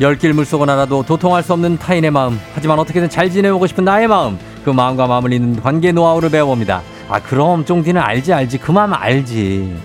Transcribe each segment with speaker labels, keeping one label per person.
Speaker 1: 열길 물속은 알아도 도통할 수 없는 타인의 마음 하지만 어떻게든 잘 지내오고 싶은 나의 마음 그 마음과 마음을 잇는 관계 노하우를 배워봅니다 아 그럼 쫑디는 알지 알지 그 마음 알지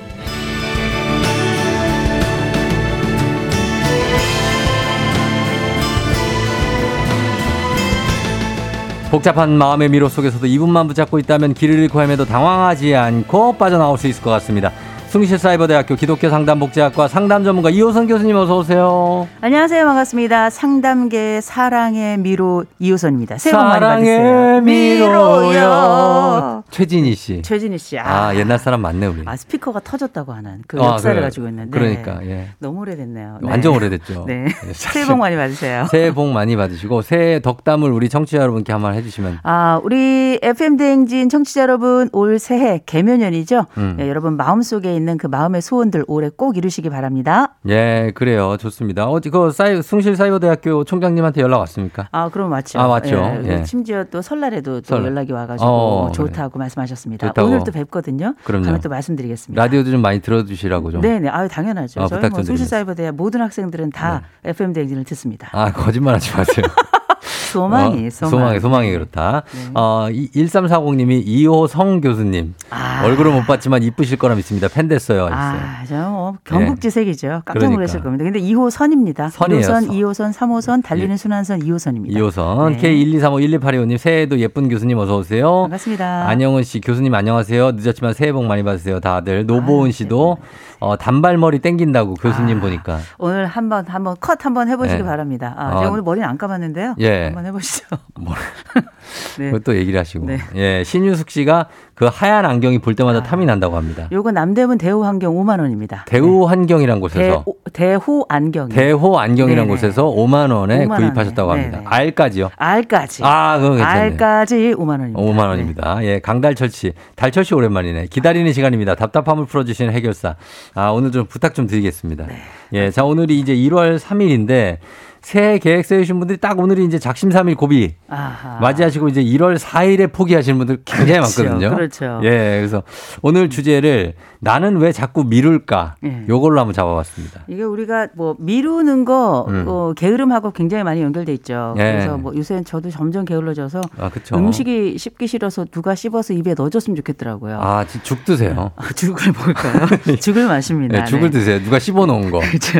Speaker 1: 복잡한 마음의 미로 속에서도 이분만 붙잡고 있다면 길을 잃고 헤매도 당황하지 않고 빠져나올 수 있을 것 같습니다 숭실사이버대학교 기독교 상담복지학과 상담 전문가 이호선 교수님 어서 오세요.
Speaker 2: 안녕하세요. 반갑습니다. 상담계 사랑의 미로 이호선입니다. 새해 복 많이
Speaker 1: 사랑의
Speaker 2: 받으세요.
Speaker 1: 미로요. 최진희 씨.
Speaker 2: 최진희 씨. 아,
Speaker 1: 아 옛날 사람 맞네 우리.
Speaker 2: 아, 스피커가 터졌다고 하는 그
Speaker 1: 아,
Speaker 2: 역사를
Speaker 1: 그래요.
Speaker 2: 가지고 있는데.
Speaker 1: 그러니까 예.
Speaker 2: 너무 오래됐네요. 네.
Speaker 1: 완전 오래됐죠.
Speaker 2: 네.
Speaker 1: 예,
Speaker 2: 새해 복 많이 받으세요.
Speaker 1: 새해 복 많이 받으시고 새해 덕담을 우리 청취자 여러분께 한번 해주시면
Speaker 2: 아, 우리 FM 대행진 청취자 여러분 올 새해 개면연이죠.
Speaker 1: 음.
Speaker 2: 예, 여러분 마음속에 있는 그 마음의 소원들 올해 꼭 이루시기 바랍니다.
Speaker 1: 예 그래요 좋습니다. 어제 그 사이, 숭실 사이버대학교 총장님한테 연락 왔습니까?
Speaker 2: 아, 그럼 맞죠.
Speaker 1: 아, 맞죠.
Speaker 2: 예,
Speaker 1: 예.
Speaker 2: 심지어 또 설날에도 또
Speaker 1: 설날.
Speaker 2: 연락이 와 가지고
Speaker 1: 어,
Speaker 2: 좋다고 말씀하셨습니다.
Speaker 1: 좋다고.
Speaker 2: 오늘 또 뵙거든요.
Speaker 1: 그럼요.
Speaker 2: 다음에 또 말씀드리겠습니다.
Speaker 1: 라디오도 좀 많이 들어주시라고 좀.
Speaker 2: 네네. 아유, 당연하죠.
Speaker 1: 아,
Speaker 2: 저희
Speaker 1: 부탁
Speaker 2: 뭐
Speaker 1: 좀 드리겠습니다. 네.
Speaker 2: 송실사이버대학 모든 학생들은 다 FM 대행진을 듣습니다.
Speaker 1: 아 거짓말하지 마세요.
Speaker 2: 소망이,
Speaker 1: 어,
Speaker 2: 소망. 네.
Speaker 1: 소망이, 소망이 그렇다. 어, 이- 1340님이 이호성 교수님.
Speaker 2: 아.
Speaker 1: 얼굴은 못 봤지만 이쁘실 거라 믿습니다. 팬 됐어요. 하셨어요.
Speaker 2: 아, 저 뭐, 경국지색이죠. 깜짝 놀라실
Speaker 1: 그러니까.
Speaker 2: 겁니다. 근데 2호 선입니다.
Speaker 1: 선이에요,
Speaker 2: 1호선,
Speaker 1: 선. 예.
Speaker 2: 2호선, 3호선, 달리는 순환선 2호선입니다.
Speaker 1: 이호선
Speaker 2: 네.
Speaker 1: K1235-1285님 새해도 예쁜 교수님 어서 오세요.
Speaker 2: 반갑습니다.
Speaker 1: 안영은 씨 교수님 안녕하세요. 늦었지만 새해 복 많이 받으세요. 다들
Speaker 2: 아, 네.
Speaker 1: 노보은 씨도 어, 단발머리 땡긴다고 교수님 보니까
Speaker 2: 오늘 한번 한번 컷 한번 해보시기
Speaker 1: 네.
Speaker 2: 바랍니다. 아,
Speaker 1: 아.
Speaker 2: 제가 오늘 머리는 안 감았는데요.
Speaker 1: 예.
Speaker 2: 한번 해보시죠. 네.
Speaker 1: 그것도 얘기를 하시고
Speaker 2: 네. 아.
Speaker 1: 예 신유숙 씨가 그 하얀 안경이 볼 때마다 탐이 난다고 합니다.
Speaker 2: 요거 남대문 대호 안경 5만 원입니다.
Speaker 1: 대우 환경이란 곳에서
Speaker 2: 대호, 대호 안경이.
Speaker 1: 대호 안경이란
Speaker 2: 네네.
Speaker 1: 곳에서 5만 원에
Speaker 2: 5만 원에.
Speaker 1: 구입하셨다고 합니다.
Speaker 2: 네네.
Speaker 1: 알까지요?
Speaker 2: 알까지.
Speaker 1: 아, 그거 괜찮네.
Speaker 2: 알까지 5만 원입니다.
Speaker 1: 5만 어, 원입니다.
Speaker 2: 네.
Speaker 1: 예, 강달철 씨. 달철 씨 오랜만이네. 기다리는 시간입니다. 답답함을 풀어주시는 해결사. 아, 오늘 좀 부탁 좀 드리겠습니다.
Speaker 2: 네,
Speaker 1: 예, 자, 오늘이 이제 1월 3일인데 새해 계획 세우신 분들이 딱 오늘이 이제 작심삼일 고비
Speaker 2: 네. 아하.
Speaker 1: 맞이하시고 이제 1월 4일에 포기하시는 분들 굉장히
Speaker 2: 그렇죠.
Speaker 1: 많거든요.
Speaker 2: 그렇죠.
Speaker 1: 예, 그래서 오늘 주제를 나는 왜 자꾸 미룰까?
Speaker 2: 예.
Speaker 1: 요걸로 한번 잡아봤습니다.
Speaker 2: 이게 우리가 뭐 미루는 거 어, 게으름하고 굉장히 많이 연결돼 있죠.
Speaker 1: 음. 예.
Speaker 2: 그래서 뭐 요새는 저도 점점 게을러져서
Speaker 1: 아, 그쵸.
Speaker 2: 음식이 씹기 싫어서 누가 씹어서 입에 넣어줬으면 좋겠더라고요.
Speaker 1: 아, 지- 죽 드세요.
Speaker 2: 아, 죽을 먹을까요? 죽을 마십니다.
Speaker 1: 예, 죽을
Speaker 2: 네.
Speaker 1: 드세요. 누가 씹어 놓은 거,
Speaker 2: 그렇죠.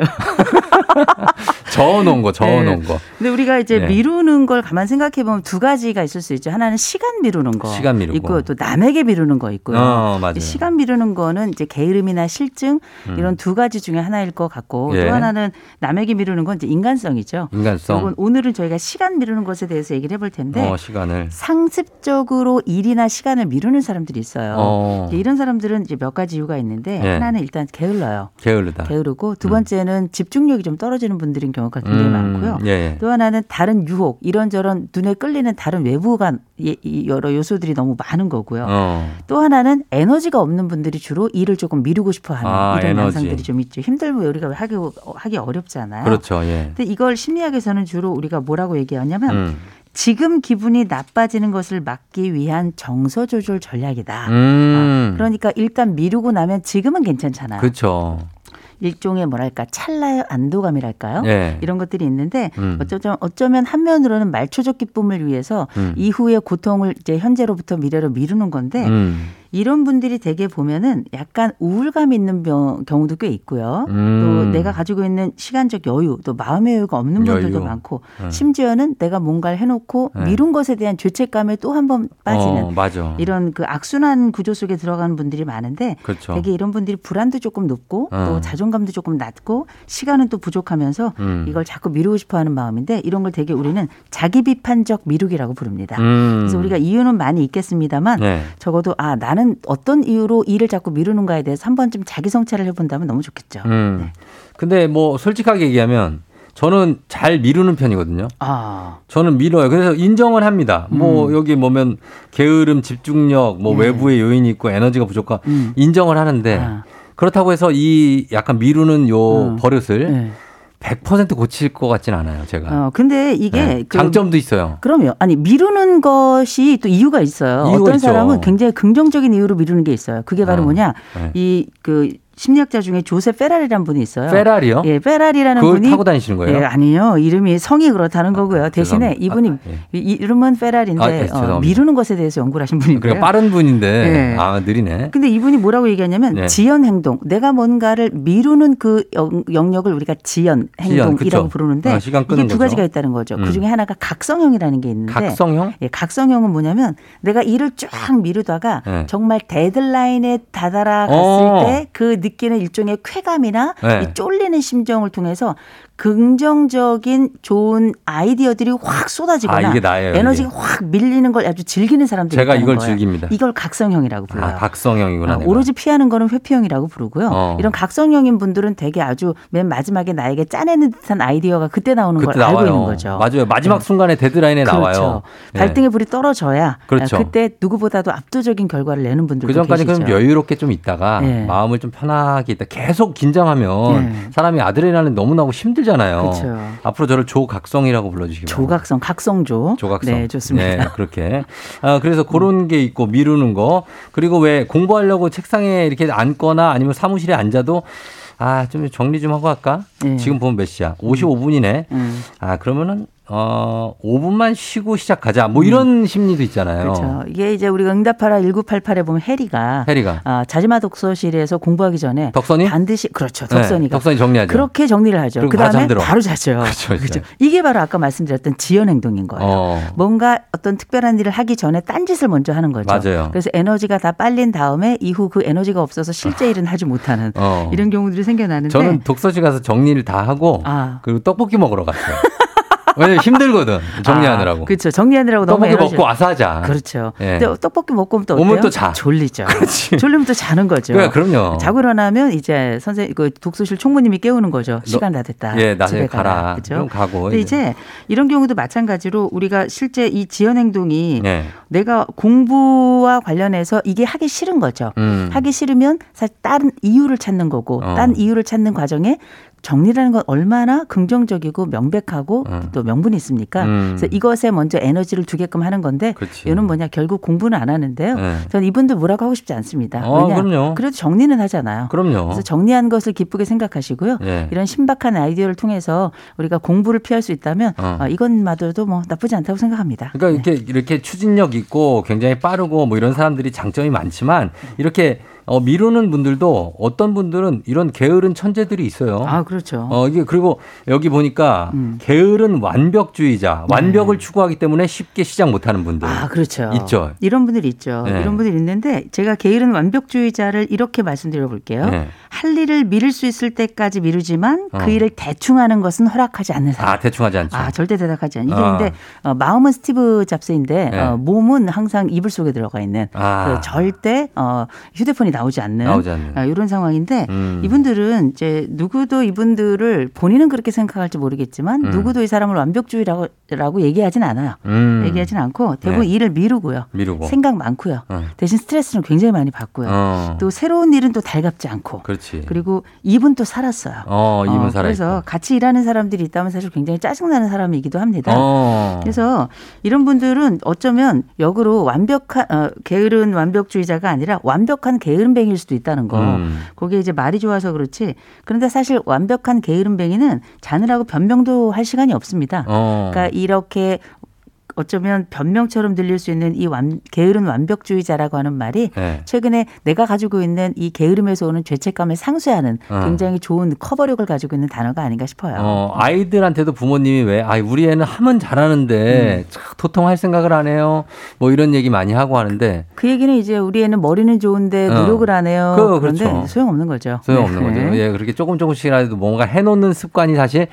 Speaker 1: 저어 놓은 거, 저어
Speaker 2: 네.
Speaker 1: 놓은 거.
Speaker 2: 근데 우리가 이제
Speaker 1: 예.
Speaker 2: 미루는 걸 가만 생각해 보면 두 가지가 있을 수 있죠. 하나는 시간 미루는 거
Speaker 1: 시간 미루고.
Speaker 2: 있고 또 남에게 미루는 거 있고요.
Speaker 1: 어, 맞아요. 음.
Speaker 2: 이 시간 미루는 거는 이제 게으름이나 실증 이런 두 가지 중에 하나일 것 같고
Speaker 1: 예.
Speaker 2: 또 하나는 남에게 미루는 건 이제 인간성이죠.
Speaker 1: 인간성.
Speaker 2: 요건 오늘은 저희가 시간 미루는 것에 대해서 얘기를 해볼 텐데
Speaker 1: 어, 시간을.
Speaker 2: 상습적으로 일이나 시간을 미루는 사람들이 있어요.
Speaker 1: 어.
Speaker 2: 이제 이런 사람들은 이제 몇 가지 이유가 있는데
Speaker 1: 예.
Speaker 2: 하나는 일단 게을러요.
Speaker 1: 게으르다.
Speaker 2: 게으르고 두 번째는 집중력이 좀 떨어지는 분들인 경우가 굉장히
Speaker 1: 음,
Speaker 2: 많고요.
Speaker 1: 예, 예.
Speaker 2: 또 하나는 다른 유혹, 이런저런 눈에 끌리는 다른 외부간 예- 이 여러 요소들이 너무 많은 거고요.
Speaker 1: 어.
Speaker 2: 또 하나는 에너지가 없는 분들이 주로 일을 조금 미루고 싶어 하는
Speaker 1: 아,
Speaker 2: 이런
Speaker 1: 에너지.
Speaker 2: 양상들이 좀 있죠. 힘들면 우리가 하기, 하기 어렵잖아요.
Speaker 1: 그렇죠. 예.
Speaker 2: 근데 이걸 심리학에서는 주로 우리가 뭐라고 얘기하냐면
Speaker 1: 음.
Speaker 2: 지금 기분이 나빠지는 것을 막기 위한 정서 조절 전략이다.
Speaker 1: 음.
Speaker 2: 아, 그러니까 일단 미루고 나면 지금은 괜찮잖아. 요
Speaker 1: 그렇죠.
Speaker 2: 일종의 뭐랄까 찰나의 안도감이랄까요?
Speaker 1: 예.
Speaker 2: 이런 것들이 있는데
Speaker 1: 음.
Speaker 2: 어쩌면 어쩌면 한면으로는 말초적 기쁨을 위해서
Speaker 1: 음.
Speaker 2: 이후의 고통을 이제 현재로부터 미래로 미루는 건데
Speaker 1: 음.
Speaker 2: 이런 분들이 되게 보면은 약간 우울감 있는 병- 경우도 꽤 있고요.
Speaker 1: 음.
Speaker 2: 또 내가 가지고 있는 시간적 여유, 또 마음의 여유가 없는 분들도
Speaker 1: 여유.
Speaker 2: 많고,
Speaker 1: 네.
Speaker 2: 심지어는 내가 뭔가를 해놓고
Speaker 1: 네.
Speaker 2: 미룬 것에 대한 죄책감에 또 한 번 빠지는
Speaker 1: 어, 맞아.
Speaker 2: 이런 그 악순환 구조 속에 들어가는 분들이 많은데,
Speaker 1: 그렇죠.
Speaker 2: 되게 이런 분들이 불안도 조금 높고,
Speaker 1: 어.
Speaker 2: 또 자존감도 조금 낮고, 시간은 또 부족하면서
Speaker 1: 음.
Speaker 2: 이걸 자꾸 미루고 싶어하는 마음인데, 이런 걸 되게 우리는 자기 비판적 미루기라고 부릅니다.
Speaker 1: 음.
Speaker 2: 그래서 우리가 이유는 많이 있겠습니다만.
Speaker 1: 네.
Speaker 2: 적어도 아 나는 나는 어떤 이유로 일을 자꾸 미루는가에 대해서 한 번쯤 자기 성찰을 해본다면 너무 좋겠죠.
Speaker 1: 음. 근데 뭐 솔직하게 얘기하면 저는 잘 미루는 편이거든요.
Speaker 2: 아,
Speaker 1: 저는 미뤄요. 그래서 인정을 합니다.
Speaker 2: 음.
Speaker 1: 뭐 여기 뭐면 게으름, 집중력, 뭐 외부의 요인이 있고 에너지가 부족한
Speaker 2: 음.
Speaker 1: 인정을 하는데
Speaker 2: 아.
Speaker 1: 그렇다고 해서 이 약간 미루는 요
Speaker 2: 음.
Speaker 1: 버릇을
Speaker 2: 네.
Speaker 1: 100% 고칠 것 같진 않아요. 제가
Speaker 2: 어, 근데 이게
Speaker 1: 네.
Speaker 2: 그-
Speaker 1: 장점도 있어요.
Speaker 2: 그럼요. 아니 미루는 것이 또 이유가 있어요.
Speaker 1: 이유가
Speaker 2: 어떤
Speaker 1: 있죠.
Speaker 2: 사람은 굉장히 긍정적인 이유로 미루는 게 있어요. 그게 바로
Speaker 1: 어,
Speaker 2: 뭐냐?
Speaker 1: 네.
Speaker 2: 이 그 심리학자 중에 조세 페라리라는 분이 있어요.
Speaker 1: 페라리요?
Speaker 2: 예, 페라리라는
Speaker 1: 그걸
Speaker 2: 분이
Speaker 1: 타고 다니시는 거예요? 아,
Speaker 2: 예, 아니요. 이름이 성이 그렇다는 거고요. 대신에
Speaker 1: 죄송합니다.
Speaker 2: 이분이
Speaker 1: 아, 예.
Speaker 2: 이- 이름은 페라리인데
Speaker 1: 아, 예, 죄송합니다.
Speaker 2: 어, 미루는 것에 대해서 연구를 하신 분이고요.
Speaker 1: 그러니까 빠른 분인데
Speaker 2: 예.
Speaker 1: 아 느리네.
Speaker 2: 근데 이분이 뭐라고 얘기하냐면
Speaker 1: 네.
Speaker 2: 지연 행동. 내가 뭔가를 미루는 그 영- 영역을 우리가 지연 행동이라고
Speaker 1: 그쵸.
Speaker 2: 부르는데
Speaker 1: 아, 시간 끄는
Speaker 2: 이게 두
Speaker 1: 거죠.
Speaker 2: 가지가 있다는 거죠.
Speaker 1: 음.
Speaker 2: 그 중에 하나가 각성형이라는 게 있는데
Speaker 1: 각성형?
Speaker 2: 예, 각성형은 뭐냐면 내가 일을 쫙 미루다가
Speaker 1: 네.
Speaker 2: 정말 데드라인에 다다라
Speaker 1: 어.
Speaker 2: 갔을 때 그 느끼는 일종의 쾌감이나
Speaker 1: 네.
Speaker 2: 이 쫄리는 심정을 통해서 긍정적인 좋은 아이디어들이 확 쏟아지거나
Speaker 1: 아, 이게 나예요, 이게.
Speaker 2: 에너지가 확 밀리는 걸 아주 즐기는 사람들이
Speaker 1: 제가
Speaker 2: 있다는
Speaker 1: 이걸
Speaker 2: 거예요.
Speaker 1: 즐깁니다.
Speaker 2: 이걸 각성형이라고
Speaker 1: 아
Speaker 2: 불러요.
Speaker 1: 각성형이구나.
Speaker 2: 아,
Speaker 1: 내가.
Speaker 2: 오로지 피하는 거는 회피형이라고 부르고요.
Speaker 1: 어.
Speaker 2: 이런 각성형인 분들은 되게 아주 맨 마지막에 나에게 짜내는 듯한 아이디어가 그때 나오는 걸
Speaker 1: 그때
Speaker 2: 알고
Speaker 1: 나와요.
Speaker 2: 있는 거죠. 네. 그렇죠.
Speaker 1: 맞아요. 마지막 순간에 데드라인에 나와요. 예.
Speaker 2: 발등에 불이 떨어져야 아,
Speaker 1: 그렇죠.
Speaker 2: 그때 누구보다도 압도적인 결과를 내는 분들도
Speaker 1: 그 전까지
Speaker 2: 계시죠.
Speaker 1: 그럼 여유롭게 좀 있다가
Speaker 2: 예.
Speaker 1: 마음을 좀 편하게 있다. 계속 긴장하면
Speaker 2: 예.
Speaker 1: 사람이 아드레날린 너무 나고 힘들잖아요.
Speaker 2: 그렇죠.
Speaker 1: 앞으로 저를 조각성이라고 불러주시기 바랍니다.
Speaker 2: 조각성, 각성조.
Speaker 1: 조각성.
Speaker 2: 네, 좋습니다.
Speaker 1: 네, 그렇게. 아, 그래서 그런 게 있고 미루는 거. 그리고 왜 공부하려고 책상에 이렇게 앉거나 아니면 사무실에 앉아도 아, 좀 정리 좀 하고 할까?
Speaker 2: 예.
Speaker 1: 지금 보면 몇 시야? 55분이네.
Speaker 2: 음.
Speaker 1: 아, 그러면은 어, 5분만 쉬고 시작하자. 뭐 이런 심리도 있잖아요.
Speaker 2: 음. 그렇죠. 이게 이제 우리가 응답하라 1988에 보면 해리가
Speaker 1: 어. 해리가.
Speaker 2: 아, 자지마 독서실에서 공부하기 전에
Speaker 1: 덕선이?
Speaker 2: 반드시 그렇죠.
Speaker 1: 네,
Speaker 2: 덕선이가
Speaker 1: 덕선이 정리하죠.
Speaker 2: 그렇게 정리를 하죠.
Speaker 1: 그리고
Speaker 2: 그
Speaker 1: 바로
Speaker 2: 다음에
Speaker 1: 잠들어.
Speaker 2: 바로 자죠.
Speaker 1: 그렇죠, 그렇죠.
Speaker 2: 이게 바로 아까 말씀드렸던 지연 행동인 거예요.
Speaker 1: 어.
Speaker 2: 뭔가 어떤 특별한 일을 하기 전에 딴 짓을 먼저 하는 거죠.
Speaker 1: 맞아요.
Speaker 2: 그래서 에너지가 다 빨린 다음에 이후 그 에너지가 없어서 실제 일은 하지 못하는
Speaker 1: 어.
Speaker 2: 이런 경우들이 생겨나는데
Speaker 1: 저는 독서실 가서 정리를 다 하고
Speaker 2: 아.
Speaker 1: 그리고 떡볶이 먹으러 갔어요. 왜냐면 힘들거든 정리하느라고.
Speaker 2: 아, 그렇죠. 정리하느라고 너무
Speaker 1: 떡볶이
Speaker 2: 에너지
Speaker 1: 먹고 와서 하자.
Speaker 2: 그렇죠.
Speaker 1: 예.
Speaker 2: 근데 떡볶이 먹고 오면 또
Speaker 1: 오면
Speaker 2: 어때요?
Speaker 1: 또 자.
Speaker 2: 졸리죠.
Speaker 1: 그렇지.
Speaker 2: 졸리면 또 자는 거죠.
Speaker 1: 그래, 그럼요.
Speaker 2: 자고 일어나면 이제 선생 그 독서실 총무님이 깨우는 거죠. 시간 다 됐다.
Speaker 1: 예, 나중에
Speaker 2: 집에 가라.
Speaker 1: 가라.
Speaker 2: 그죠?
Speaker 1: 그럼 가고
Speaker 2: 근데
Speaker 1: 이제.
Speaker 2: 이제 이런 경우도 마찬가지로 우리가 실제 이 지연 행동이
Speaker 1: 예.
Speaker 2: 내가 공부와 관련해서 이게 하기 싫은 거죠.
Speaker 1: 음.
Speaker 2: 하기 싫으면 사실 다른 이유를 찾는 거고
Speaker 1: 어.
Speaker 2: 딴 이유를 찾는 과정에 정리라는 건 얼마나 긍정적이고 명백하고 또 명분이 있습니까?
Speaker 1: 어. 음.
Speaker 2: 그래서 이것에 먼저 에너지를 두게끔 하는 건데
Speaker 1: 그렇지.
Speaker 2: 얘는 뭐냐 결국 공부는 안 하는데요.
Speaker 1: 네.
Speaker 2: 저는 이분들 뭐라고 하고 싶지 않습니다.
Speaker 1: 어,
Speaker 2: 왜냐?
Speaker 1: 그럼요.
Speaker 2: 그래도 정리는 하잖아요.
Speaker 1: 그럼요.
Speaker 2: 그래서 정리한 것을 기쁘게 생각하시고요.
Speaker 1: 예.
Speaker 2: 이런 신박한 아이디어를 통해서 우리가 공부를 피할 수 있다면
Speaker 1: 어.
Speaker 2: 어, 이것마저도 뭐 나쁘지 않다고 생각합니다.
Speaker 1: 그러니까 이렇게 이렇게 추진력 있고 굉장히 빠르고 뭐 이런 사람들이 장점이 많지만 이렇게 어, 미루는 분들도 어떤 분들은 이런 게으른 천재들이 있어요.
Speaker 2: 아 그렇죠.
Speaker 1: 어, 이게 그리고 여기 보니까
Speaker 2: 음.
Speaker 1: 게으른 완벽주의자, 완벽을 추구하기 때문에 쉽게 시작 못하는 분들.
Speaker 2: 네. 아, 그렇죠.
Speaker 1: 네. 있죠.
Speaker 2: 이런 분들 있죠.
Speaker 1: 네.
Speaker 2: 이런 분들 있는데 제가 게으른 완벽주의자를 이렇게 말씀드려 볼게요.
Speaker 1: 네.
Speaker 2: 할 일을 미룰 수 있을 때까지 미루지만
Speaker 1: 어.
Speaker 2: 그 일을 대충 하는 것은 허락하지 않는 사람.
Speaker 1: 아, 대충 하지 않죠.
Speaker 2: 아, 절대 대답하지 않아요. 이게
Speaker 1: 아.
Speaker 2: 근데 어, 마음은 스티브 잡스인데
Speaker 1: 네.
Speaker 2: 어, 몸은 항상 이불 속에 들어가 있는
Speaker 1: 아.
Speaker 2: 그 절대 어, 휴대폰이 나오지 않는,
Speaker 1: 나오지 않는.
Speaker 2: 아, 이런 상황인데
Speaker 1: 음.
Speaker 2: 이분들은 이제 누구도 이분들을 본인은 그렇게 생각할지 모르겠지만 누구도 이 사람을 완벽주의라고 라고 얘기하진 않아요.
Speaker 1: 음.
Speaker 2: 얘기하진 않고 대부분
Speaker 1: 네.
Speaker 2: 일을 미루고요.
Speaker 1: 미루고.
Speaker 2: 생각 많고요.
Speaker 1: 어.
Speaker 2: 대신 스트레스는 굉장히 많이 받고요.
Speaker 1: 어.
Speaker 2: 또 새로운 일은 또 달갑지 않고.
Speaker 1: 그렇지.
Speaker 2: 리고 이분 또 살았어요.
Speaker 1: 어, 이분 살아있고.
Speaker 2: 그래서 같이 일하는 사람들이 있다면 사실 굉장히 짜증나는 사람이기도 합니다.
Speaker 1: 어.
Speaker 2: 그래서 이런 분들은 어쩌면 역으로 완벽한 어, 게으른 완벽주의자가 아니라 완벽한 게으름뱅이일 수도 있다는 거.
Speaker 1: 음.
Speaker 2: 그게 이제 말이 좋아서 그렇지. 그런데 사실 완벽한 게으름뱅이는 자느라고 변명도 할 시간이 없습니다.
Speaker 1: 어.
Speaker 2: 그러니까 이렇게 어쩌면 변명처럼 들릴 수 있는 이 완- 게으른 완벽주의자라고 하는 말이
Speaker 1: 네.
Speaker 2: 최근에 내가 가지고 있는 이 게으름에서 오는 죄책감을 상쇄하는
Speaker 1: 어.
Speaker 2: 굉장히 좋은 커버력을 가지고 있는 단어가 아닌가 싶어요.
Speaker 1: 어, 아이들한테도 부모님이 왜, 아, 우리 애는 하면
Speaker 2: 음.
Speaker 1: 잘하는데, 참 도통 할 생각을 안 해요. 뭐 이런 얘기 많이 하고 하는데,
Speaker 2: 그 얘기는 이제 우리 애는 머리는 좋은데
Speaker 1: 어.
Speaker 2: 노력을 안 해요.
Speaker 1: 그,
Speaker 2: 그런데
Speaker 1: 그렇죠.
Speaker 2: 소용없는 거죠.
Speaker 1: 소용없는
Speaker 2: 네.
Speaker 1: 거죠.
Speaker 2: 네.
Speaker 1: 예, 그렇게 조금 조금씩이라도 뭔가 해놓는 습관이 사실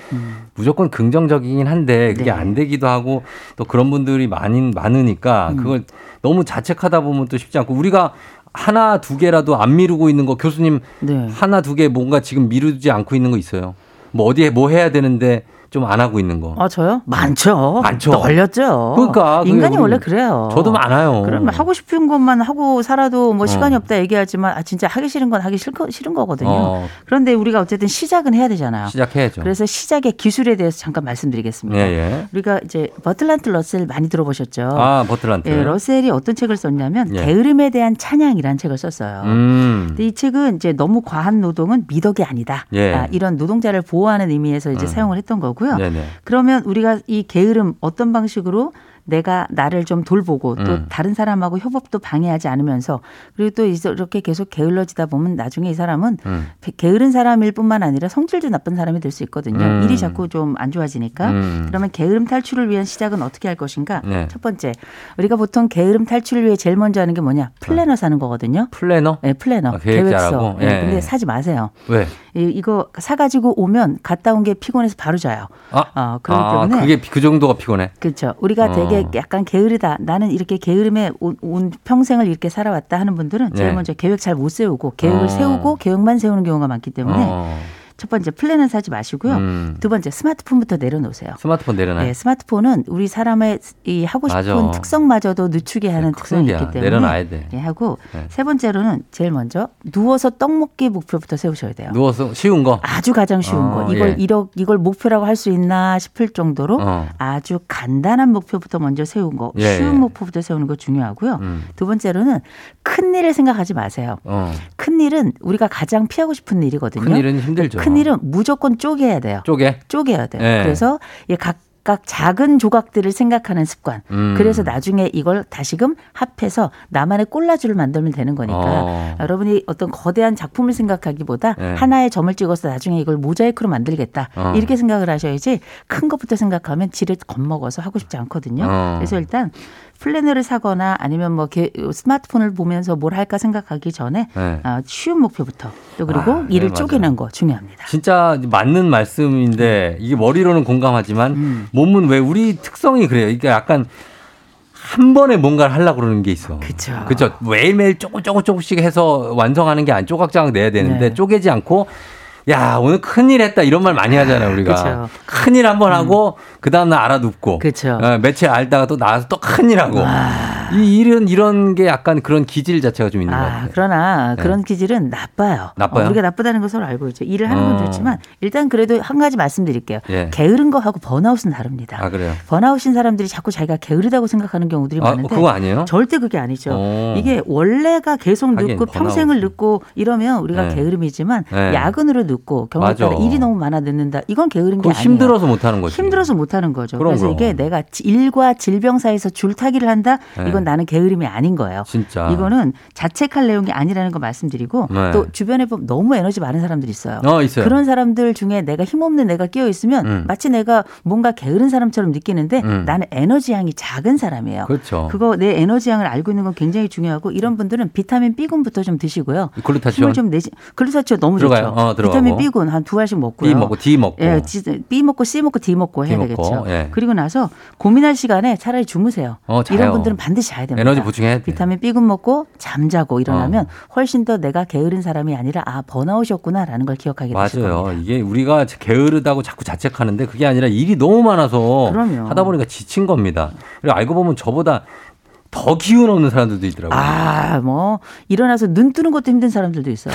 Speaker 1: 무조건 긍정적이긴 한데 그게
Speaker 2: 음. 네.
Speaker 1: 안 되기도 하고
Speaker 2: 음.
Speaker 1: 또 그런 분들이 많이 많으니까 그걸 너무 자책하다 보면 또 쉽지 않고 우리가 하나 두 개라도 안 미루고 있는 거 교수님
Speaker 2: 네.
Speaker 1: 하나 두 개 뭔가 지금 미루지 않고 있는 거 있어요. 뭐 어디에 뭐 해야 되는데 좀 안 하고 있는 거.
Speaker 2: 아 저요? 많죠.
Speaker 1: 많죠.
Speaker 2: 걸렸죠.
Speaker 1: 그러니까, 그게
Speaker 2: 인간이
Speaker 1: 우리-
Speaker 2: 원래 그래요.
Speaker 1: 저도 많아요.
Speaker 2: 어. 그러면 하고 싶은 것만 하고 살아도 뭐 시간이
Speaker 1: 어.
Speaker 2: 없다 얘기하지만 아 진짜 하기 싫은 건 하기 싫거, 싫은 거거든요.
Speaker 1: 어.
Speaker 2: 그런데 우리가 어쨌든 시작은 해야 되잖아요.
Speaker 1: 시작해야죠.
Speaker 2: 그래서 시작의 기술에 대해서 잠깐 말씀드리겠습니다.
Speaker 1: 예, 예.
Speaker 2: 우리가 이제 버틀란트 러셀 많이 들어보셨죠?
Speaker 1: 아, 버틀란트.
Speaker 2: 예, 러셀이 어떤 책을 썼냐면
Speaker 1: 예.
Speaker 2: 게으름에 대한 찬양이라는 책을 썼어요.
Speaker 1: 음.
Speaker 2: 근데 이 책은 이제 너무 과한 노동은 미덕이 아니다.
Speaker 1: 예.
Speaker 2: 아, 이런 노동자를 보호하는 의미에서
Speaker 1: 음.
Speaker 2: 이제 사용을 했던 거고요.
Speaker 1: 네, 네.
Speaker 2: 그러면 우리가 이 게으름 어떤 방식으로 내가 나를 좀 돌보고 또
Speaker 1: 음.
Speaker 2: 다른 사람하고 협업도 방해하지 않으면서 그리고 또 이제 이렇게 계속 게을러지다 보면 나중에 이 사람은
Speaker 1: 음.
Speaker 2: 게- 게으른 사람일 뿐만 아니라 성질도 나쁜 사람이 될 수 있거든요.
Speaker 1: 음.
Speaker 2: 일이 자꾸 좀 안 좋아지니까.
Speaker 1: 음.
Speaker 2: 그러면 게으름 탈출을 위한 시작은 어떻게 할 것인가?
Speaker 1: 네.
Speaker 2: 첫 번째, 우리가 보통 게으름 탈출을 위해 제일 먼저 하는 게 뭐냐? 플래너 사는 거거든요.
Speaker 1: 플래너?
Speaker 2: 예, 플래너,
Speaker 1: 음. 아, 계획
Speaker 2: 계획서.
Speaker 1: 짜라고?
Speaker 2: 예,
Speaker 1: 예,
Speaker 2: 근데
Speaker 1: 예.
Speaker 2: 사지 마세요.
Speaker 1: 왜?
Speaker 2: 이, 이거 사가지고 오면 갔다 온 게 피곤해서 바로 자요.
Speaker 1: 아,
Speaker 2: 어, 그렇기
Speaker 1: 아,
Speaker 2: 때문에
Speaker 1: 그게 비- 그 정도가 피곤해.
Speaker 2: 그렇죠. 우리가
Speaker 1: 어.
Speaker 2: 되게 약간 게으르다. 나는 이렇게 게으름에 온, 온 평생을 이렇게 살아왔다 하는 분들은 제일
Speaker 1: 네.
Speaker 2: 먼저 계획 잘 못 세우고 계획을
Speaker 1: 어.
Speaker 2: 세우고 계획만 세우는 경우가 많기 때문에 그
Speaker 1: 어.
Speaker 2: 첫 번째 플랜은 사지 마시고요.
Speaker 1: 음.
Speaker 2: 두 번째 스마트폰부터 내려놓으세요.
Speaker 1: 스마트폰 내려놔.
Speaker 2: 네, 스마트폰은 우리 사람의 이 하고 싶은
Speaker 1: 맞아. 네,
Speaker 2: 특성마저도 늦추게 하는 특성이 있기 때문에
Speaker 1: 내려놔야 돼.
Speaker 2: 예, 하고
Speaker 1: 네.
Speaker 2: 세 번째로는 제일 먼저 누워서 떡 먹기 목표부터 세우셔야 돼요.
Speaker 1: 누워서 쉬운 거.
Speaker 2: 아주 가장 쉬운
Speaker 1: 어,
Speaker 2: 거 이걸
Speaker 1: 예.
Speaker 2: 이러, 이걸 목표라고 할 수 있나 싶을 정도로
Speaker 1: 어.
Speaker 2: 아주 간단한 목표부터 먼저 세운 거
Speaker 1: 예,
Speaker 2: 쉬운
Speaker 1: 예.
Speaker 2: 목표부터 세우는 거 중요하고요.
Speaker 1: 음.
Speaker 2: 두 번째로는 큰 일을 생각하지 마세요.
Speaker 1: 어.
Speaker 2: 큰 일은 우리가 가장 피하고 싶은 일이거든요.
Speaker 1: 큰 일은 힘들죠.
Speaker 2: 큰 일은 무조건 쪼개야 돼요.
Speaker 1: 쪽에.
Speaker 2: 쪼개야 돼요.
Speaker 1: 예.
Speaker 2: 그래서 이 각각 작은 조각들을 생각하는 습관.
Speaker 1: 음.
Speaker 2: 그래서 나중에 이걸 다시금 합해서 나만의 꼴라주를 만들면 되는 거니까
Speaker 1: 어.
Speaker 2: 여러분이 어떤 거대한 작품을 생각하기보다
Speaker 1: 네.
Speaker 2: 하나의 점을 찍어서 나중에 이걸 모자이크로 만들겠다
Speaker 1: 어.
Speaker 2: 이렇게 생각을 하셔야지 큰 것부터 생각하면 지를 겁먹어서 하고 싶지 않거든요.
Speaker 1: 어.
Speaker 2: 그래서 일단 플래너를 사거나 아니면 뭐 게- 스마트폰을 보면서 뭘 할까 생각하기 전에
Speaker 1: 네.
Speaker 2: 아, 쉬운 목표부터 또 그리고
Speaker 1: 아, 네,
Speaker 2: 일을
Speaker 1: 맞아요.
Speaker 2: 쪼개는 거 중요합니다.
Speaker 1: 진짜 맞는 말씀인데
Speaker 2: 음.
Speaker 1: 이게 머리로는 공감하지만 몸은 왜 우리 특성이 그래요. 이게 약간 한 번에 뭔가를 하려고 그러는 게 있어.
Speaker 2: 그쵸.
Speaker 1: 그쵸. 매일매일 조금 조금 조금씩 해서 완성하는 게 안 조각조각 내야 되는데
Speaker 2: 네.
Speaker 1: 쪼개지 않고 야, 오늘 큰일 했다 이런 말 많이 하잖아요,
Speaker 2: 그쵸.
Speaker 1: 우리가. 큰일 한 번 하고 그다음 날 알아눕고
Speaker 2: 그쵸.
Speaker 1: 예, 며칠 알다가 또 나와서 또 큰일 하고. 이 일은 이런 게 약간 그런 기질 자체가 좀 있는 것
Speaker 2: 아,
Speaker 1: 같아요.
Speaker 2: 그러나 그런 기질은 나빠요.
Speaker 1: 네. 나빠요?
Speaker 2: 어, 우리가 나쁘다는 걸 서로 알고 있죠. 일을 하는 건
Speaker 1: 어.
Speaker 2: 좋지만 일단 그래도 한 가지 말씀드릴게요.
Speaker 1: 예.
Speaker 2: 게으른 거하고 번아웃은 다릅니다.
Speaker 1: 아, 그래요.
Speaker 2: 번아웃인 사람들이 자꾸 자기가 게으르다고 생각하는 경우들이
Speaker 1: 아,
Speaker 2: 많은데
Speaker 1: 그거 아니에요?
Speaker 2: 절대 그게 아니죠.
Speaker 1: 어.
Speaker 2: 이게 원래가 계속
Speaker 1: 하긴
Speaker 2: 늦고
Speaker 1: 번아웃은.
Speaker 2: 평생을 늦고 이러면 우리가
Speaker 1: 네.
Speaker 2: 게으름이지만
Speaker 1: 네.
Speaker 2: 야근으로 늦고 경우에
Speaker 1: 맞아.
Speaker 2: 따라 일이 너무 많아 늦는다. 이건 게으른 게
Speaker 1: 그거
Speaker 2: 아니에요.
Speaker 1: 힘들어서 못 하는 거지.
Speaker 2: 힘들어서 못 하는 거죠.
Speaker 1: 그럼,
Speaker 2: 래서
Speaker 1: 그럼.
Speaker 2: 이게 내가 지- 일과 질병 사이에서 줄타기를 한다.
Speaker 1: 네.
Speaker 2: 이건 나는 게으름이 아닌 거예요.
Speaker 1: 진짜.
Speaker 2: 이거는 자책할 내용이 아니라는 거 말씀드리고
Speaker 1: 네.
Speaker 2: 또 주변에 보면 너무 에너지 많은 사람들이 있어요.
Speaker 1: 어, 있어요.
Speaker 2: 그런 사람들 중에 내가 힘없는 내가 끼어 있으면
Speaker 1: 음.
Speaker 2: 마치 내가 뭔가 게으른 사람처럼 느끼는데
Speaker 1: 음.
Speaker 2: 나는 에너지 양이 작은 사람이에요.
Speaker 1: 그렇죠.
Speaker 2: 그거 내 에너지 양을 알고 있는 건 굉장히 중요하고 이런 분들은 비타민 B군부터 좀 드시고요.
Speaker 1: 글루타치온
Speaker 2: 힘을 좀 내지. 글루타치온 너무
Speaker 1: 그렇죠. 들어가요.
Speaker 2: 좋죠.
Speaker 1: 어, 들어가고.
Speaker 2: 비타민 B군 한 두 알씩 먹고요.
Speaker 1: B 먹고 D 먹고.
Speaker 2: 예, 지- B 먹고 C 먹고 D 먹고 해야
Speaker 1: D 먹고,
Speaker 2: 되겠죠.
Speaker 1: 예.
Speaker 2: 그리고 나서 고민할 시간에 차라리 주무세요.
Speaker 1: 어, 자요.
Speaker 2: 이런 분들은 반드시 자야 됩니다.
Speaker 1: 에너지 보충해야 돼.
Speaker 2: 비타민 B군 먹고 잠자고 일어나면 훨씬 더 내가 게으른 사람이 아니라 아 번아웃이었구나라는 걸 기억하게 되실 겁니다.
Speaker 1: 맞아요. 이게 우리가 게으르다고 자꾸 자책하는데 그게 아니라 일이 너무 많아서
Speaker 2: 그럼요.
Speaker 1: 하다 보니까 지친 겁니다. 그리고 알고 보면 저보다 더 기운 없는 사람들도 있더라고요.
Speaker 2: 아, 뭐 일어나서 눈 뜨는 것도 힘든 사람들도 있어요.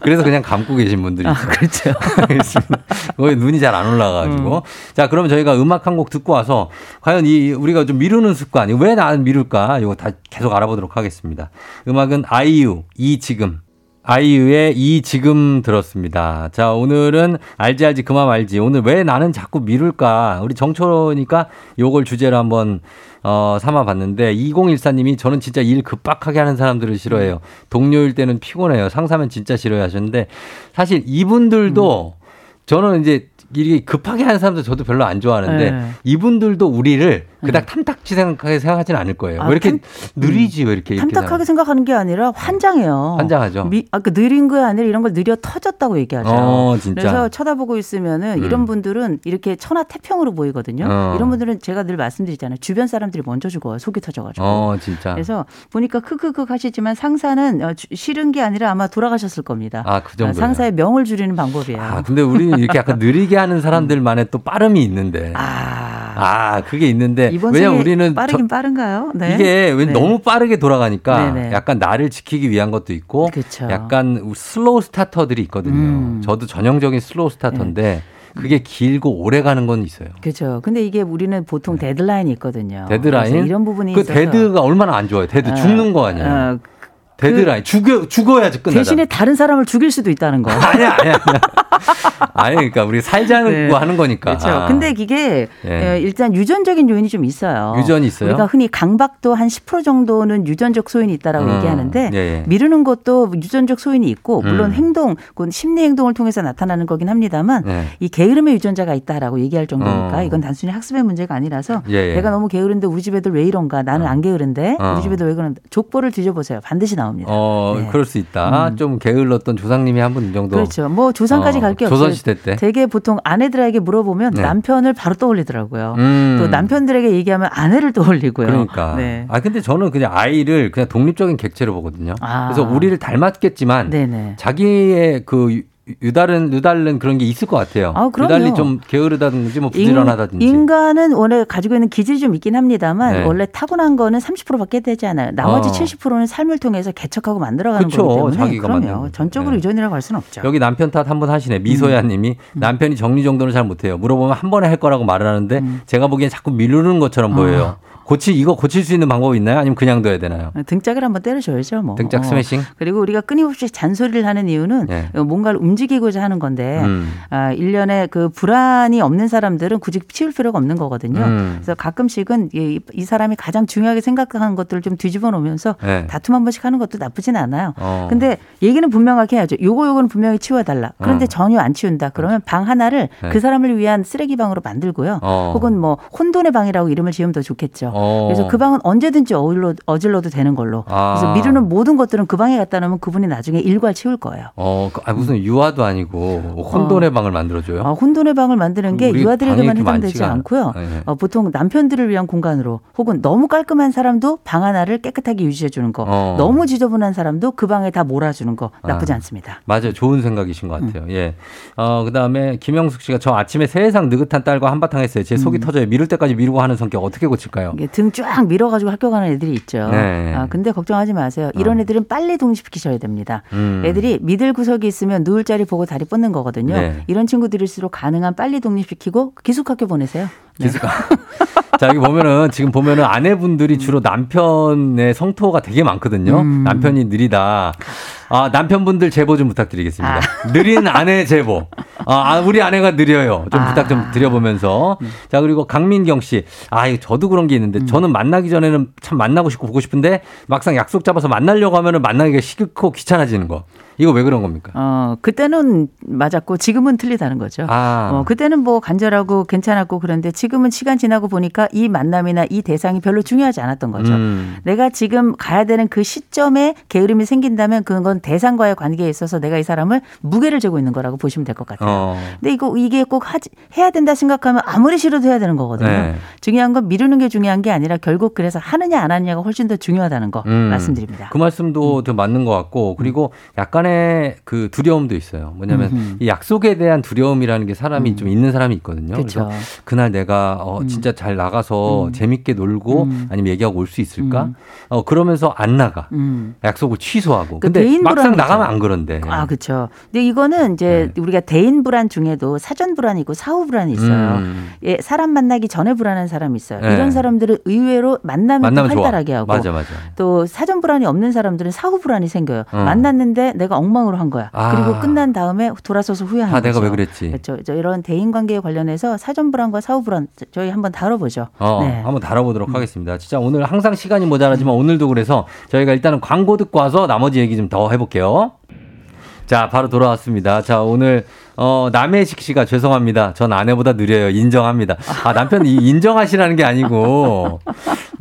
Speaker 1: 그래서 그냥 감고 계신 분들이 있어요.
Speaker 2: 그렇죠. 음.
Speaker 1: 알겠습니다. 거의 눈이 잘 안 올라가가지고. 자, 그럼 저희가 음악 한 곡 듣고 와서 과연 이 우리가 좀 미루는 습관이 왜 나는 미룰까? 이거 다 계속 알아보도록 하겠습니다. 음악은 아이유, 이 지금. 아이유의 이 지금 들었습니다. 자, 오늘은 알지 알지 그만 알지. 오늘 왜 나는 자꾸 미룰까? 우리 정초니까 요걸 주제로 한번 어, 삼아봤는데 2014님이 저는 진짜 일 급박하게 하는 사람들을 싫어해요. 동료일 때는 피곤해요. 상사면 진짜 싫어요 하셨는데 사실 이분들도
Speaker 2: 음.
Speaker 1: 저는 이제 일이 급하게 하는 사람들 저도 별로 안 좋아하는데
Speaker 2: 네.
Speaker 1: 이분들도 우리를 그닥 탐탁지 생각하게 생각하진 않을 거예요.
Speaker 2: 아,
Speaker 1: 왜 이렇게
Speaker 2: 탐- 음.
Speaker 1: 느리지 왜 이렇게 이렇게 생각-
Speaker 2: 탐탁하게 생각하는 게 아니라 환장해요.
Speaker 1: 환장하죠.
Speaker 2: 미, 아, 그 느린 거 아니라 이런 걸 느려 터졌다고 얘기하죠.
Speaker 1: 어, 진짜.
Speaker 2: 그래서 쳐다보고 있으면은
Speaker 1: 음.
Speaker 2: 이런 분들은 이렇게 천하태평으로 보이거든요.
Speaker 1: 어.
Speaker 2: 이런 분들은 제가 늘 말씀드리잖아요. 주변 사람들이 먼저 죽어요. 속이 터져가지고.
Speaker 1: 어 진짜.
Speaker 2: 그래서 보니까 크크크 하시지만 상사는 어, 주- 싫은 게 아니라 아마 돌아가셨을 겁니다.
Speaker 1: 아, 그 정도예요?
Speaker 2: 상사의 명을 줄이는 방법이에요.
Speaker 1: 아 근데 우리 이렇게 약간 느리게 하는 사람들만의 또 빠름이 있는데. 아,
Speaker 2: 아,
Speaker 1: 그게 있는데
Speaker 2: 이번
Speaker 1: 왜냐
Speaker 2: 생에
Speaker 1: 면 우리는 저-
Speaker 2: 빠르긴 빠른가요? 네.
Speaker 1: 이게 왜
Speaker 2: 네.
Speaker 1: 너무 빠르게 돌아가니까
Speaker 2: 네네.
Speaker 1: 약간 나를 지키기 위한 것도 있고
Speaker 2: 그쵸.
Speaker 1: 약간 슬로우 스타터들이 있거든요.
Speaker 2: 음. 네.
Speaker 1: 저도 전형적인 슬로우 스타터인데 그게 길고 오래 가는 건 있어요.
Speaker 2: 그렇죠. 근데 이게 우리는 보통 데드라인이 있거든요.
Speaker 1: 네. 데드라인
Speaker 2: 그래서 아, 이런 부분이
Speaker 1: 그
Speaker 2: 있어서
Speaker 1: 데드가 네. 얼마나 안 좋아요. 데드
Speaker 2: 어,
Speaker 1: 죽는 거 아니야.
Speaker 2: 어,
Speaker 1: 데드라인 죽여 죽어야지 끝나잖아.
Speaker 2: 대신에 다른 사람을 죽일 수도 있다는 거.
Speaker 1: 아니야 아니야 아니야. 아니 그러니까 우리 살자는
Speaker 2: 네.
Speaker 1: 거 하는 거니까.
Speaker 2: 그렇죠. 근데 이게
Speaker 1: 예.
Speaker 2: 예, 일단 유전적인 요인이 좀 있어요.
Speaker 1: 유전이 있어요?
Speaker 2: 우리가 흔히 강박도 한 10% 정도는 유전적 소인이 있다라고
Speaker 1: 음,
Speaker 2: 얘기하는데
Speaker 1: 예, 예.
Speaker 2: 미루는 것도 유전적 소인이 있고 물론
Speaker 1: 음.
Speaker 2: 행동, 그건 심리 행동을 통해서 나타나는 거긴 합니다만
Speaker 1: 예.
Speaker 2: 이 게으름의 유전자가 있다라고 얘기할 정도니까
Speaker 1: 어.
Speaker 2: 이건 단순히 학습의 문제가 아니라서
Speaker 1: 예, 예.
Speaker 2: 내가 너무 게으른데 우리 집 애들 왜 이런가? 나는 안 게으른데
Speaker 1: 어.
Speaker 2: 우리 집 애들 왜 그런가? 족보를 뒤져보세요. 반드시 나옵니다.
Speaker 1: 어
Speaker 2: 네.
Speaker 1: 그럴 수 있다. 좀 게을렀던 조상님이 한 분 정도.
Speaker 2: 그렇죠. 뭐 조상까지
Speaker 1: 어,
Speaker 2: 갈 게 없어요.
Speaker 1: 조선시대 때?
Speaker 2: 되게 보통 아내들에게 물어보면
Speaker 1: 네.
Speaker 2: 남편을 바로 떠올리더라고요.
Speaker 1: 음.
Speaker 2: 또 남편들에게 얘기하면 아내를 떠올리고요.
Speaker 1: 그러니까.
Speaker 2: 네.
Speaker 1: 아 근데 저는 그냥 아이를 그냥 독립적인 객체로 보거든요.
Speaker 2: 아.
Speaker 1: 그래서 우리를 닮았겠지만
Speaker 2: 네네.
Speaker 1: 자기의 그 유- 유다른 유달른 그런 게 있을 것 같아요.
Speaker 2: 아, 그럼요.
Speaker 1: 유달리 좀 게으르다든지 뭐 부지런하다든지.
Speaker 2: 인, 간은 원래 가지고 있는 기질이 좀 있긴 합니다만
Speaker 1: 네.
Speaker 2: 원래 타고난 거는 30%밖에 되지 않아요. 나머지
Speaker 1: 어.
Speaker 2: 70%는 삶을 통해서 개척하고 만들어가는
Speaker 1: 그쵸.
Speaker 2: 거기 때문에
Speaker 1: 자기가
Speaker 2: 그럼요.
Speaker 1: 만든 거죠.
Speaker 2: 전적으로
Speaker 1: 네.
Speaker 2: 유전이라고 할 수는 없죠.
Speaker 1: 여기 남편 탓 한 번 하시네.
Speaker 2: 음.
Speaker 1: 미소야님이 남편이 정리정돈을 잘 못해요. 물어보면 한 번에 할 거라고 말을 하는데
Speaker 2: 음.
Speaker 1: 제가 보기엔 자꾸 미루는
Speaker 2: 아.
Speaker 1: 것처럼 보여요. 고치 이거 고칠 수 있는 방법이 있나요? 아니면 그냥 둬야 되나요?
Speaker 2: 등짝을 한번 때려줘야죠. 뭐.
Speaker 1: 등짝
Speaker 2: 어.
Speaker 1: 스매싱?
Speaker 2: 그리고 우리가 끊임없이 잔소리를 하는 이유는
Speaker 1: 네.
Speaker 2: 어, 뭔가를 움직이고자 하는 건데
Speaker 1: 음.
Speaker 2: 아, 일련의 그 불안이 없는 사람들은 굳이 치울 필요가 없는 거거든요.
Speaker 1: 음.
Speaker 2: 그래서 가끔씩은 이, 이 사람이 가장 중요하게 생각하는 것들을 좀 뒤집어 놓으면서
Speaker 1: 네.
Speaker 2: 다툼 한 번씩 하는 것도 나쁘진 않아요.
Speaker 1: 어.
Speaker 2: 근데 얘기는 분명하게 해야죠. 요거 요거는 분명히 치워달라. 그런데
Speaker 1: 어.
Speaker 2: 전혀 안 치운다. 그러면 방 하나를
Speaker 1: 네.
Speaker 2: 그 사람을 위한 쓰레기 방으로 만들고요.
Speaker 1: 어.
Speaker 2: 혹은 뭐 혼돈의 방이라고 이름을 지으면 더 좋겠죠.
Speaker 1: 어.
Speaker 2: 그래서 그 방은 언제든지 어질러, 어질러도 되는 걸로.
Speaker 1: 아.
Speaker 2: 그래서 미루는 모든 것들은 그 방에 갖다 놓으면 그분이 나중에 일괄 치울 거예요.
Speaker 1: 어, 그- 아, 무슨 유아도 아니고 뭐 혼돈의 방을 만들어줘요.
Speaker 2: 아, 혼돈의 방을 만드는 게
Speaker 1: 우리 방이
Speaker 2: 유아들에게만
Speaker 1: 이렇게
Speaker 2: 해당되지
Speaker 1: 많지가 않-
Speaker 2: 않고요.
Speaker 1: 네.
Speaker 2: 어, 보통 남편들을 위한 공간으로 혹은 너무 깔끔한 사람도 방 하나를 깨끗하게 유지해 주는 거,
Speaker 1: 어.
Speaker 2: 너무 지저분한 사람도 그 방에 다 몰아주는 거 나쁘지
Speaker 1: 아.
Speaker 2: 않습니다.
Speaker 1: 맞아요. 좋은 생각이신
Speaker 2: 음.
Speaker 1: 것 같아요. 예. 어, 그 다음에 김영숙 씨가 저 아침에 세상 느긋한 딸과 한바탕 했어요. 제
Speaker 2: 음.
Speaker 1: 속이 터져요. 미룰 때까지 미루고 하는 성격 어떻게 고칠까요?
Speaker 2: 등 쫙 밀어가지고 학교 가는 애들이 있죠.
Speaker 1: 네. 아.
Speaker 2: 아, 근데 걱정하지 마세요. 이런 애들은 빨리 독립시키셔야 됩니다.
Speaker 1: 음.
Speaker 2: 애들이 미들 구석이 있으면 누울 자리 보고 다리 뻗는 거거든요.
Speaker 1: 네.
Speaker 2: 이런 친구들일수록 가능한 빨리 독립시키고 기숙학교 보내세요. 네.
Speaker 1: 기숙- 자, 여기 보면은 지금 보면은 아내분들이 주로 남편의 성토가 되게 많거든요.
Speaker 2: 음.
Speaker 1: 남편이 느리다. 아, 남편분들 제보 좀 부탁드리겠습니다. 느린 아내 제보. 아, 아, 우리 아내가 느려요. 좀
Speaker 2: 아. 음.
Speaker 1: 부탁 좀 드려보면서. 자, 그리고 강민경 씨. 아, 이거 저도 그런 게 있는데 저는 만나기 전에는 참 만나고 싶고 보고 싶은데 막상 약속 잡아서 만나려고 하면은 만나기가 싫고 귀찮아지는 거. 이거 왜 그런 겁니까?
Speaker 2: 어, 그때는 맞았고 지금은 틀리다는 거죠.
Speaker 1: 아.
Speaker 2: 어, 그때는 뭐 간절하고 괜찮았고 그런데 지금은 시간 지나고 보니까 이 만남이나 이 대상이 별로 중요하지 않았던 거죠.
Speaker 1: 음.
Speaker 2: 내가 지금 가야 되는 그 시점에 게으름이 생긴다면 그건 대상과의 관계에 있어서 내가 이 사람을 무게를 재고 있는 거라고 보시면 될 것 같아요.
Speaker 1: 어.
Speaker 2: 근데 이거 이게 꼭 하지, 해야 된다 생각하면 아무리 싫어도 해야 되는 거거든요.
Speaker 1: 네.
Speaker 2: 중요한 건 미루는 게 중요한 게 아니라 결국 그래서 하느냐 안 하느냐가 훨씬 더 중요하다는 거
Speaker 1: 음.
Speaker 2: 말씀드립니다. 음.
Speaker 1: 그 말씀도 좀 맞는 것 같고 그리고 약간의 그 두려움도 있어요. 뭐냐면 이 약속에 대한 두려움이라는 게 사람이 좀 있는 사람이 있거든요.
Speaker 2: 음. 그쵸. 음.
Speaker 1: 그래서 그날 내가 어, 진짜 잘 나가서 재밌게 놀고 아니면 얘기하고 올 수 있을까? 어, 그러면서 안 나가.
Speaker 2: 음.
Speaker 1: 약속을 취소하고.
Speaker 2: 그
Speaker 1: 근데
Speaker 2: 대인
Speaker 1: 막상
Speaker 2: 불안이죠.
Speaker 1: 나가면 안 그런데.
Speaker 2: 아, 그렇죠. 근데 이거는 이제
Speaker 1: 네.
Speaker 2: 우리가 대인 불안 중에도 사전 불안이 있고 사후 불안이 있어요.
Speaker 1: 음.
Speaker 2: 예, 사람 만나기 전에 불안한 사람이 있어요.
Speaker 1: 네.
Speaker 2: 이런 사람들은 의외로 만나면 또
Speaker 1: 만나면 좋아.
Speaker 2: 활달하게 하고
Speaker 1: 맞아, 맞아.
Speaker 2: 또 사전 불안이 없는 사람들은 사후 불안이 생겨요.
Speaker 1: 음.
Speaker 2: 만났는데 내가 엉망으로 한 거야.
Speaker 1: 아.
Speaker 2: 그리고 끝난 다음에 돌아서서 후회하는
Speaker 1: 아,
Speaker 2: 거죠.
Speaker 1: 내가 왜 그랬지?
Speaker 2: 그렇죠. 저 이런 대인 관계에 관련해서 사전 불안과 사후 불안 저- 저희 한번 다뤄보죠.
Speaker 1: 어,
Speaker 2: 네.
Speaker 1: 한번 다뤄보도록 하겠습니다. 진짜 오늘 항상 시간이 모자라지만 오늘도 그래서 저희가 일단은 광고 듣고 와서 나머지 얘기 좀 더 해볼게요. 자, 바로 돌아왔습니다. 자, 오늘 어, 남해식 씨가 죄송합니다. 전 아내보다 느려요. 인정합니다. 아, 남편 이 인정하시라는 게 아니고.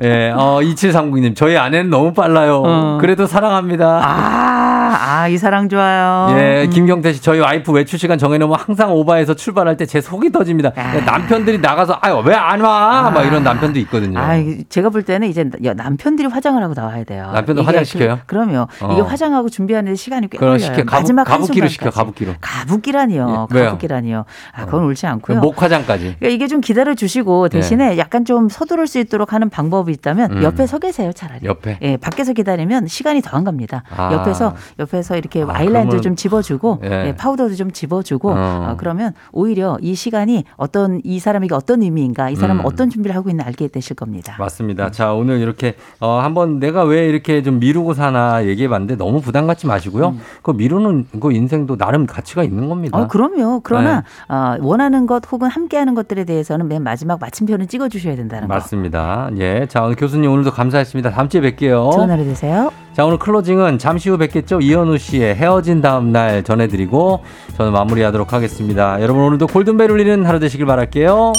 Speaker 1: 예, 어, 2730님, 저희 아내는 너무 빨라요.
Speaker 2: 어.
Speaker 1: 그래도 사랑합니다.
Speaker 2: 아, 아, 이 사랑 좋아요.
Speaker 1: 예, 김경태 씨, 저희 와이프 외출 시간 정해놓으면 항상 오바해서 출발할 때 제 속이 터집니다.
Speaker 2: 아.
Speaker 1: 남편들이 나가서, 아유, 왜 안 와? 막 이런 남편도 있거든요.
Speaker 2: 아, 이게 제가 볼 때는 이제 여- 남편들이 화장을 하고 나와야 돼요.
Speaker 1: 남편도
Speaker 2: 이게
Speaker 1: 화장시켜요?
Speaker 2: 그, 럼요
Speaker 1: 어.
Speaker 2: 이게 화장하고 준비하는데 시간이 꽤
Speaker 1: 그럼
Speaker 2: 걸려요.
Speaker 1: 시켜. 가부,
Speaker 2: 마지막
Speaker 1: 가부키로
Speaker 2: 한순간까지.
Speaker 1: 시켜, 가부키로.
Speaker 2: 가부끼라니요.
Speaker 1: 예, 왜요? 뭐
Speaker 2: 가부끼라니요. 아, 그건 옳지 않고요.
Speaker 1: 목화장까지.
Speaker 2: 그러니까 이게 좀 기다려 주시고
Speaker 1: 네.
Speaker 2: 대신에 약간 좀 서두를 수 있도록 하는 방법이 있다면 옆에 서 계세요 차라리.
Speaker 1: 음. 옆에?
Speaker 2: 예, 밖에서 기다리면 시간이 더 안 갑니다.
Speaker 1: 아.
Speaker 2: 옆에서 옆에서 이렇게
Speaker 1: 아,
Speaker 2: 아이라인도
Speaker 1: 그러면-
Speaker 2: 좀 집어주고
Speaker 1: 예.
Speaker 2: 예. 파우더도 좀 집어주고
Speaker 1: 어.
Speaker 2: 어, 그러면 오히려 이 시간이 어떤 이 사람에게 어떤 의미인가 이 사람은
Speaker 1: 음.
Speaker 2: 어떤 준비를 하고 있나 알게 되실 겁니다.
Speaker 1: 맞습니다. 자, 오늘 이렇게, 어, 한번 내가 왜 이렇게 좀 미루고 사나 얘기해 봤는데 너무 부담 갖지 마시고요. 그 미루는 그 인생도 나름 가치가 있는 겁니다.
Speaker 2: 음.
Speaker 1: 네.
Speaker 2: 어, 그럼요. 그러나 어, 원하는 것 혹은 함께하는 것들에 대해서는 맨 마지막 마침표는 찍어주셔야 된다는 거.
Speaker 1: 맞습니다. 예. 자, 오늘 교수님 오늘도 감사했습니다. 다음 주에 뵐게요.
Speaker 2: 좋은 하루 되세요.
Speaker 1: 자 오늘 클로징은 잠시 후 뵙겠죠 이현우 씨의 헤어진 다음 날 전해드리고 저는 마무리하도록 하겠습니다 여러분 오늘도 골든벨 울리는 하루 되시길 바랄게요